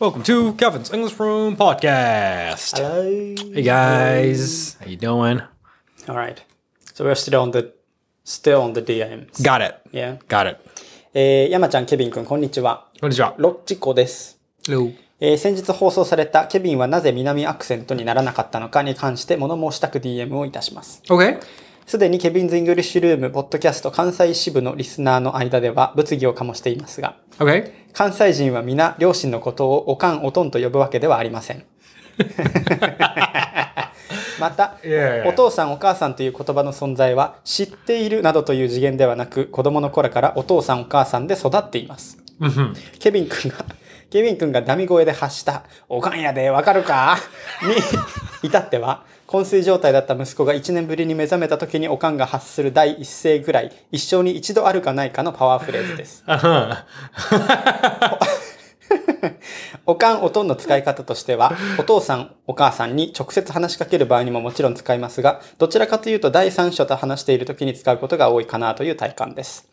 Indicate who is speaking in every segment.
Speaker 1: Welcome to Kevin's English Room Podcast.
Speaker 2: Hello.
Speaker 1: Hey guys, how you doing?
Speaker 2: All right. So we're still on the still on the DMs.
Speaker 1: Got it.
Speaker 2: Yeah.
Speaker 1: Got it.
Speaker 2: えー、山ちゃん、ケビン君、こんにちは。
Speaker 1: こんにちは。
Speaker 2: ロッチコです。
Speaker 1: Hello.
Speaker 2: えー先日放送されたケビンはなぜ南アクセントにならなかったのかに関して物申したく DM をいたします。
Speaker 1: Okay.
Speaker 2: すでにケビンズ・イングリッシュルーム、ポッドキャスト関西支部のリスナーの間では物議を醸していますが、
Speaker 1: Okay.
Speaker 2: 関西人は皆両親のことをおかんおとんと呼ぶわけではありま せんまた、
Speaker 1: いやいや
Speaker 2: お父さんお母さんという言葉の存在は知っているなどという次元ではなく子供の頃からお父さんお母さんで育っていますケビン君がケビン君がダミ声で発した「おかんやでわかるか?」に至っては昏睡状態だった息子が1年ぶりに目覚めた時におかんが発する第一声ぐらい一生に一度あるかないかのパワーフレーズです
Speaker 1: Uh-huh.
Speaker 2: おかん、おとんの使い方としては、お父さん、お母さんに直接話しかける場合にももちろん使いますが、どちらかというと第三者と話している時に使うことが多いかなという体感です。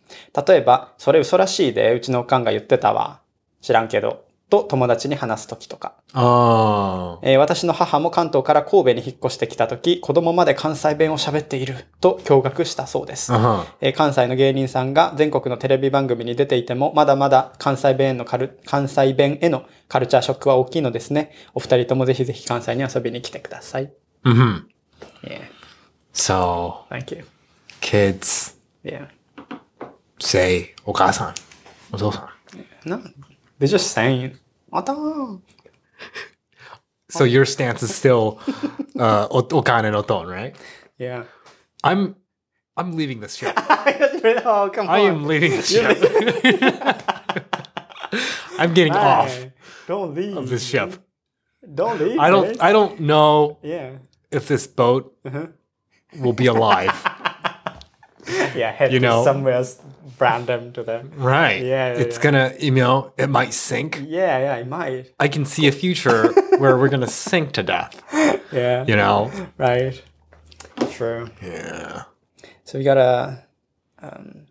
Speaker 2: 例えば、それ嘘らしいで、うちのおかんが言ってたわ。知らんけど。と友達に話す時とか。
Speaker 1: あ
Speaker 2: えー私の母も関東から神戸に引っ越してきた時、子供まで関西弁を喋っていると驚愕したそうです。
Speaker 1: あ。
Speaker 2: えー関西の芸人さんが全国のテレビ番組に出ていても、まだまだ関西弁へのカル、関西弁へのカルチャーショックは大きいのですね。お二人ともぜひぜひ関西に遊びに来てください。
Speaker 1: Mm-hmm.
Speaker 2: Yeah,
Speaker 1: So,
Speaker 2: thank you.
Speaker 1: kids
Speaker 2: Yeah.
Speaker 1: say お母さん、お父さん。
Speaker 2: No, they're just saying, あたん
Speaker 1: So your stance is still uh, おおかん and おとん right?
Speaker 2: Yeah.
Speaker 1: I'm I'm leaving this show.
Speaker 2: oh, come on.
Speaker 1: I am leaving this show. I'm getting off
Speaker 2: Hey, Don't leave.
Speaker 1: of this ship.
Speaker 2: Don't leave.
Speaker 1: I don't
Speaker 2: man.
Speaker 1: I don't know
Speaker 2: Yeah.
Speaker 1: if this boat
Speaker 2: Uh-huh.
Speaker 1: will be alive.
Speaker 2: Yeah, head
Speaker 1: You
Speaker 2: to
Speaker 1: know.
Speaker 2: somewhere else random to them.
Speaker 1: Right.
Speaker 2: Yeah, yeah,
Speaker 1: It's
Speaker 2: yeah.
Speaker 1: gonna, you know, it might sink.
Speaker 2: Yeah, yeah, it might.
Speaker 1: I can see a future where we're gonna sink to death.
Speaker 2: Yeah.
Speaker 1: You know.
Speaker 2: Right. True.
Speaker 1: Yeah.
Speaker 2: So we got a, um,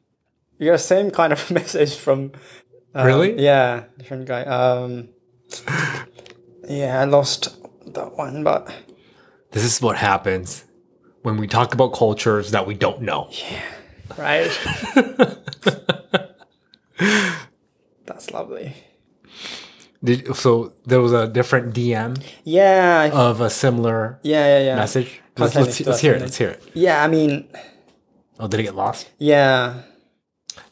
Speaker 2: we got a same kind of message from. um,
Speaker 1: Really?
Speaker 2: Yeah, different guy. Um, yeah, I lost that one, but
Speaker 1: This is what happens when we talk about cultures that we don't know.
Speaker 2: right. That's lovely.
Speaker 1: Did, so there was a different DM
Speaker 2: Yeah, I-
Speaker 1: of a similar
Speaker 2: yeah, yeah, yeah.
Speaker 1: message. Let's, let's, let's hear it. Let's hear it.
Speaker 2: Yeah, I mean,
Speaker 1: Oh, did it get lost?
Speaker 2: yeah,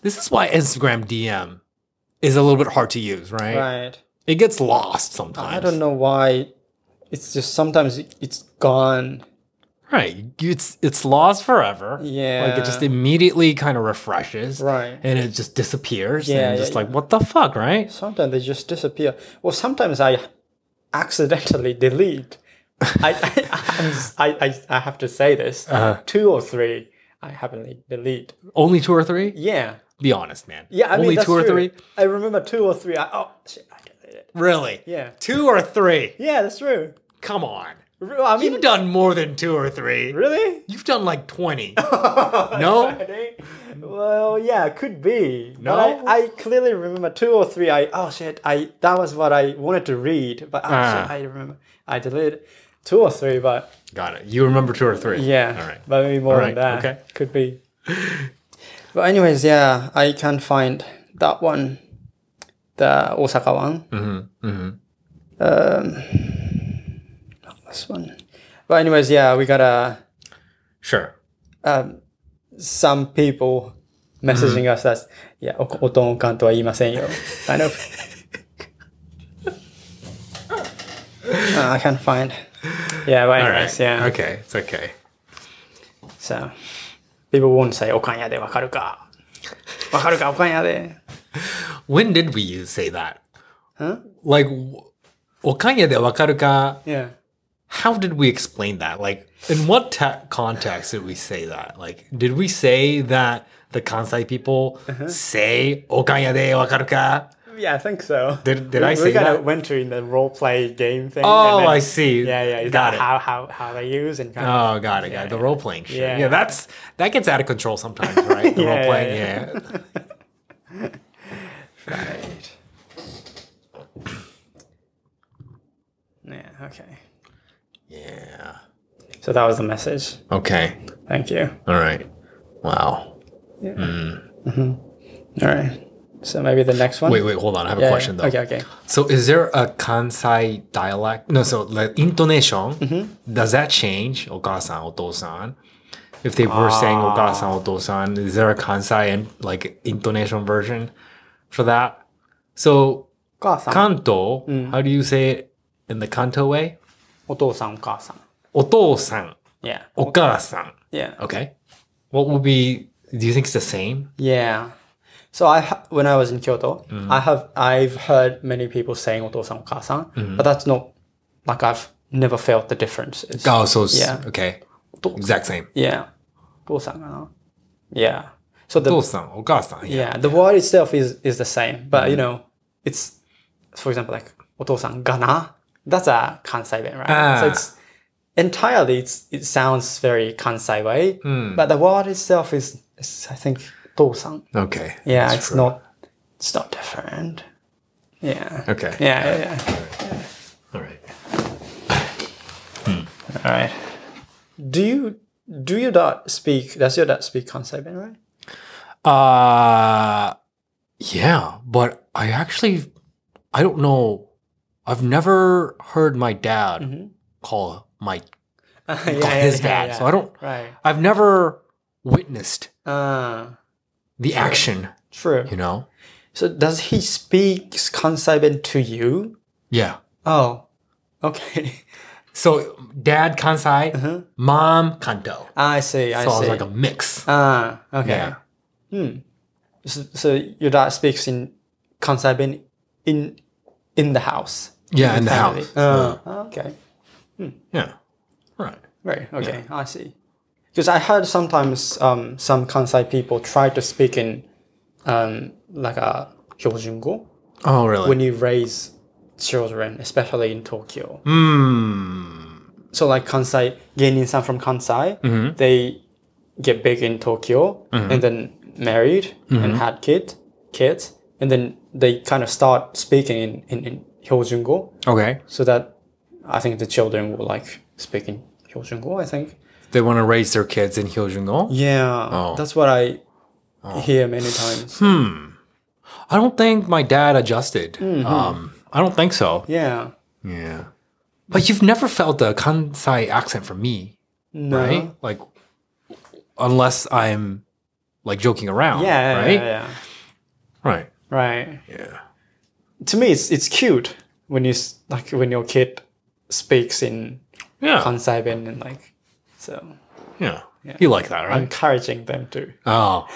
Speaker 1: This is why Instagram DM is a little bit hard to use, right?
Speaker 2: right.
Speaker 1: It gets lost sometimes.
Speaker 2: I don't know why. It's just sometimes it's gone.
Speaker 1: Right. It's it's lost forever. Like it just
Speaker 2: Yeah.
Speaker 1: immediately kind of refreshes.
Speaker 2: Right.
Speaker 1: And it just disappears.
Speaker 2: Yeah,
Speaker 1: And
Speaker 2: yeah,
Speaker 1: just like, what the fuck, right?
Speaker 2: Sometimes they just disappear. Well, sometimes I accidentally delete. I, I, I'm s- I, I, I have to say this.
Speaker 1: Uh-huh.
Speaker 2: Two or three, I happily delete.
Speaker 1: Only two or three?
Speaker 2: Yeah.
Speaker 1: Be honest, man.
Speaker 2: Yeah, I
Speaker 1: Only
Speaker 2: mean, that's
Speaker 1: two or
Speaker 2: true.
Speaker 1: three?
Speaker 2: I remember two or three. I, oh, shit, I deleted it.
Speaker 1: Really?
Speaker 2: Yeah.
Speaker 1: Two or three?
Speaker 2: Yeah, that's true.
Speaker 1: Come on.
Speaker 2: Re- I mean,
Speaker 1: You've done more than two or three.
Speaker 2: really?
Speaker 1: You've done like 20. no?
Speaker 2: Well, yeah, could be.
Speaker 1: No?
Speaker 2: But I, I clearly remember two or three. I oh shit, I that was what I wanted to read, but oh,
Speaker 1: Ah.
Speaker 2: shit, I remember I deleted two or three, but
Speaker 1: Got it. You remember two or three?
Speaker 2: Yeah.
Speaker 1: All right.
Speaker 2: But maybe more
Speaker 1: Alright,
Speaker 2: than that.
Speaker 1: okay.
Speaker 2: Could be. but anyways, yeah, I can find that one, the Osaka one. Mm-hmm. Mm-hmm. Um, not this one. But anyways, yeah, we got uh,
Speaker 1: Sure.
Speaker 2: some people messaging
Speaker 1: Mm-hmm.
Speaker 2: us that yeah, o- おとんおかんとは言いませんよ kind of. Uh, I can't find. Yeah, but
Speaker 1: All right.
Speaker 2: anyways, yeah.
Speaker 1: Okay. It's okay.
Speaker 2: So, people won't say, "Oh, おかんやでわかるか。わかるか、おかんやで。
Speaker 1: When did we use say that? Huh? Like, Okanya de wakaruka
Speaker 2: Yeah.
Speaker 1: how did we explain that? Like, in what ta- context did we say that? Like, did we say that the Kansai people say "Okanya de wakaru ka"?
Speaker 2: Uh-huh. Yeah, I think so.
Speaker 1: Did- did
Speaker 2: we,
Speaker 1: I
Speaker 2: we
Speaker 1: say
Speaker 2: kinda
Speaker 1: that?
Speaker 2: went to in the role play game thing.
Speaker 1: Oh,
Speaker 2: and then-
Speaker 1: I see.
Speaker 2: Yeah, yeah. Is
Speaker 1: Got
Speaker 2: that
Speaker 1: it.
Speaker 2: how, how, how they use and kind of.
Speaker 1: Oh, got it. got it. The role playing shit. Yeah.
Speaker 2: Yeah.
Speaker 1: that's that gets out of control sometimes, right? The
Speaker 2: Yeah,
Speaker 1: role playing.
Speaker 2: yeah,
Speaker 1: Yeah.
Speaker 2: Right. Okay.
Speaker 1: Yeah.
Speaker 2: So that was the message.
Speaker 1: Okay.
Speaker 2: Thank you.
Speaker 1: All right. Wow.
Speaker 2: All right. So maybe the next one.
Speaker 1: Wait, wait, hold on. I have a
Speaker 2: Yeah,
Speaker 1: question though.
Speaker 2: Okay, okay.
Speaker 1: So is there a Kansai dialect? No, so the intonation,
Speaker 2: Mm-hmm.
Speaker 1: does that change? Okasan, otosan. If they were saying
Speaker 2: Ah.
Speaker 1: okasan, otosan, is there a Kansai and like intonation version for that? So
Speaker 2: お母さん、
Speaker 1: Kanto,
Speaker 2: Mm.
Speaker 1: how do you say it in the Kanto way?
Speaker 2: お父さん、お母さん。
Speaker 1: Otosan,
Speaker 2: Yeah.
Speaker 1: Oh. okasan.
Speaker 2: Yeah.
Speaker 1: Okay. What would be do you think it's the same?
Speaker 2: Yeah. So I, ha- when I was in Kyoto, I have, I've heard many people saying お父さん、お母さん、but that's not, like I've never felt the differences.
Speaker 1: Oh, so it's,
Speaker 2: Yeah.
Speaker 1: okay. Exact same.
Speaker 2: Yeah. お父さんかな Yeah. So the,
Speaker 1: お父さん、お母さん。Yeah.
Speaker 2: yeah, the word itself is, is the same, but you know, it's, for example, like お父さんがな That's a Kansai way, right?
Speaker 1: Ah.
Speaker 2: So it's entirely, it's, it sounds very Kansai way, but the word itself is, is I think, お父さん。
Speaker 1: Okay.
Speaker 2: Yeah,
Speaker 1: That's
Speaker 2: it's
Speaker 1: true.
Speaker 2: not. It's not different. Yeah.
Speaker 1: Okay.
Speaker 2: Yeah, yeah, yeah.
Speaker 1: All right.
Speaker 2: All right. Do you do your dad speak? Does your dad speak Kansai Ben, right?
Speaker 1: Uh yeah, but I actually I don't know. I've never heard my dad call my
Speaker 2: yeah,
Speaker 1: call his dad. So I don't
Speaker 2: Right.
Speaker 1: I've never witnessed
Speaker 2: Uh,
Speaker 1: the action,
Speaker 2: true.
Speaker 1: you know?
Speaker 2: So does he speak Kansai Ben to you?
Speaker 1: Yeah.
Speaker 2: Oh, okay.
Speaker 1: So dad Kansai, mom Kanto.
Speaker 2: I see. I
Speaker 1: So I
Speaker 2: see.
Speaker 1: was like a mix.
Speaker 2: ah, okay.
Speaker 1: Yeah.
Speaker 2: So, so your dad speaks in Kansai Ben in in the house.
Speaker 1: Yeah, in the
Speaker 2: family.
Speaker 1: house.
Speaker 2: Uh, okay.
Speaker 1: Yeah. Right.
Speaker 2: Right. Okay. I see. Because I heard sometimes um, some Kansai people try to speak in um, like a Hyojungo
Speaker 1: Oh really?
Speaker 2: when you raise children, especially in Tokyo.
Speaker 1: Hmm.
Speaker 2: So like Kansai, gaining some from Kansai, they get big in Tokyo and then married and had kid, kids, and then they kind of start speaking in, in, in Hyojungo
Speaker 1: Okay.
Speaker 2: so that I think the children will like speak in Hyojungo, I think.
Speaker 1: They want to raise their kids in Hyojungo.
Speaker 2: Yeah,
Speaker 1: Oh. Hmm.
Speaker 2: that's what I hear many times.
Speaker 1: I don't think my dad adjusted. Um, I don't think so.
Speaker 2: Yeah,
Speaker 1: Yeah. But you've never felt a Kansai accent from me,
Speaker 2: no.
Speaker 1: right? Like, unless I'm like joking around.
Speaker 2: Yeah,
Speaker 1: Right.
Speaker 2: right? yeah, yeah,
Speaker 1: Right.
Speaker 2: right.
Speaker 1: Yeah.
Speaker 2: To me, it's it's cute when you s- like when your kid speaks in
Speaker 1: Yeah.
Speaker 2: Kansai Ben and like so
Speaker 1: yeah. You like that, right?
Speaker 2: encouraging them to
Speaker 1: oh.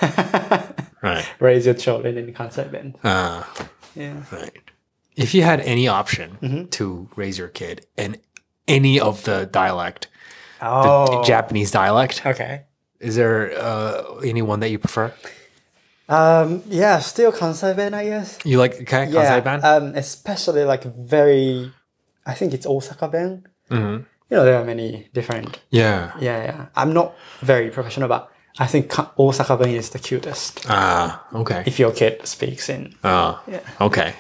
Speaker 1: right.
Speaker 2: raise your children in Kansai Ben.
Speaker 1: Uh,
Speaker 2: Yeah,
Speaker 1: right. If you had any option
Speaker 2: Mm-hmm.
Speaker 1: to raise your kid in any of the dialect,
Speaker 2: oh,
Speaker 1: Japanese dialect,
Speaker 2: okay.
Speaker 1: is there uh, any one that you prefer?
Speaker 2: Um, yeah, still Kansai Ben, I guess.
Speaker 1: You like okay,
Speaker 2: Yeah,
Speaker 1: Kansai ban?
Speaker 2: um, especially like very, I think it's Osaka Ben.
Speaker 1: Mm-hmm.
Speaker 2: You know, there are many different
Speaker 1: yeah.
Speaker 2: Yeah, yeah. I'm not very professional, but I think Ka- Osaka Ben is the cutest
Speaker 1: Ah, okay.
Speaker 2: if your kid speaks in.
Speaker 1: Ah, okay.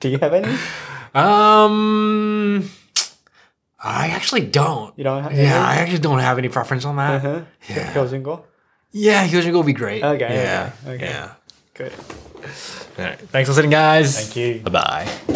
Speaker 2: Do you have any?
Speaker 1: Um, I actually don't.
Speaker 2: You don't Uh-huh. have
Speaker 1: Yeah, I actually don't have any preference on that.
Speaker 2: any? Yeah. Hyojingo?
Speaker 1: Yeah, Hyojin Go would be great.
Speaker 2: Okay,
Speaker 1: Yeah.
Speaker 2: okay, okay.
Speaker 1: Yeah.
Speaker 2: Good.
Speaker 1: All right. Thanks for listening, guys.
Speaker 2: Thank you.
Speaker 1: Bye bye.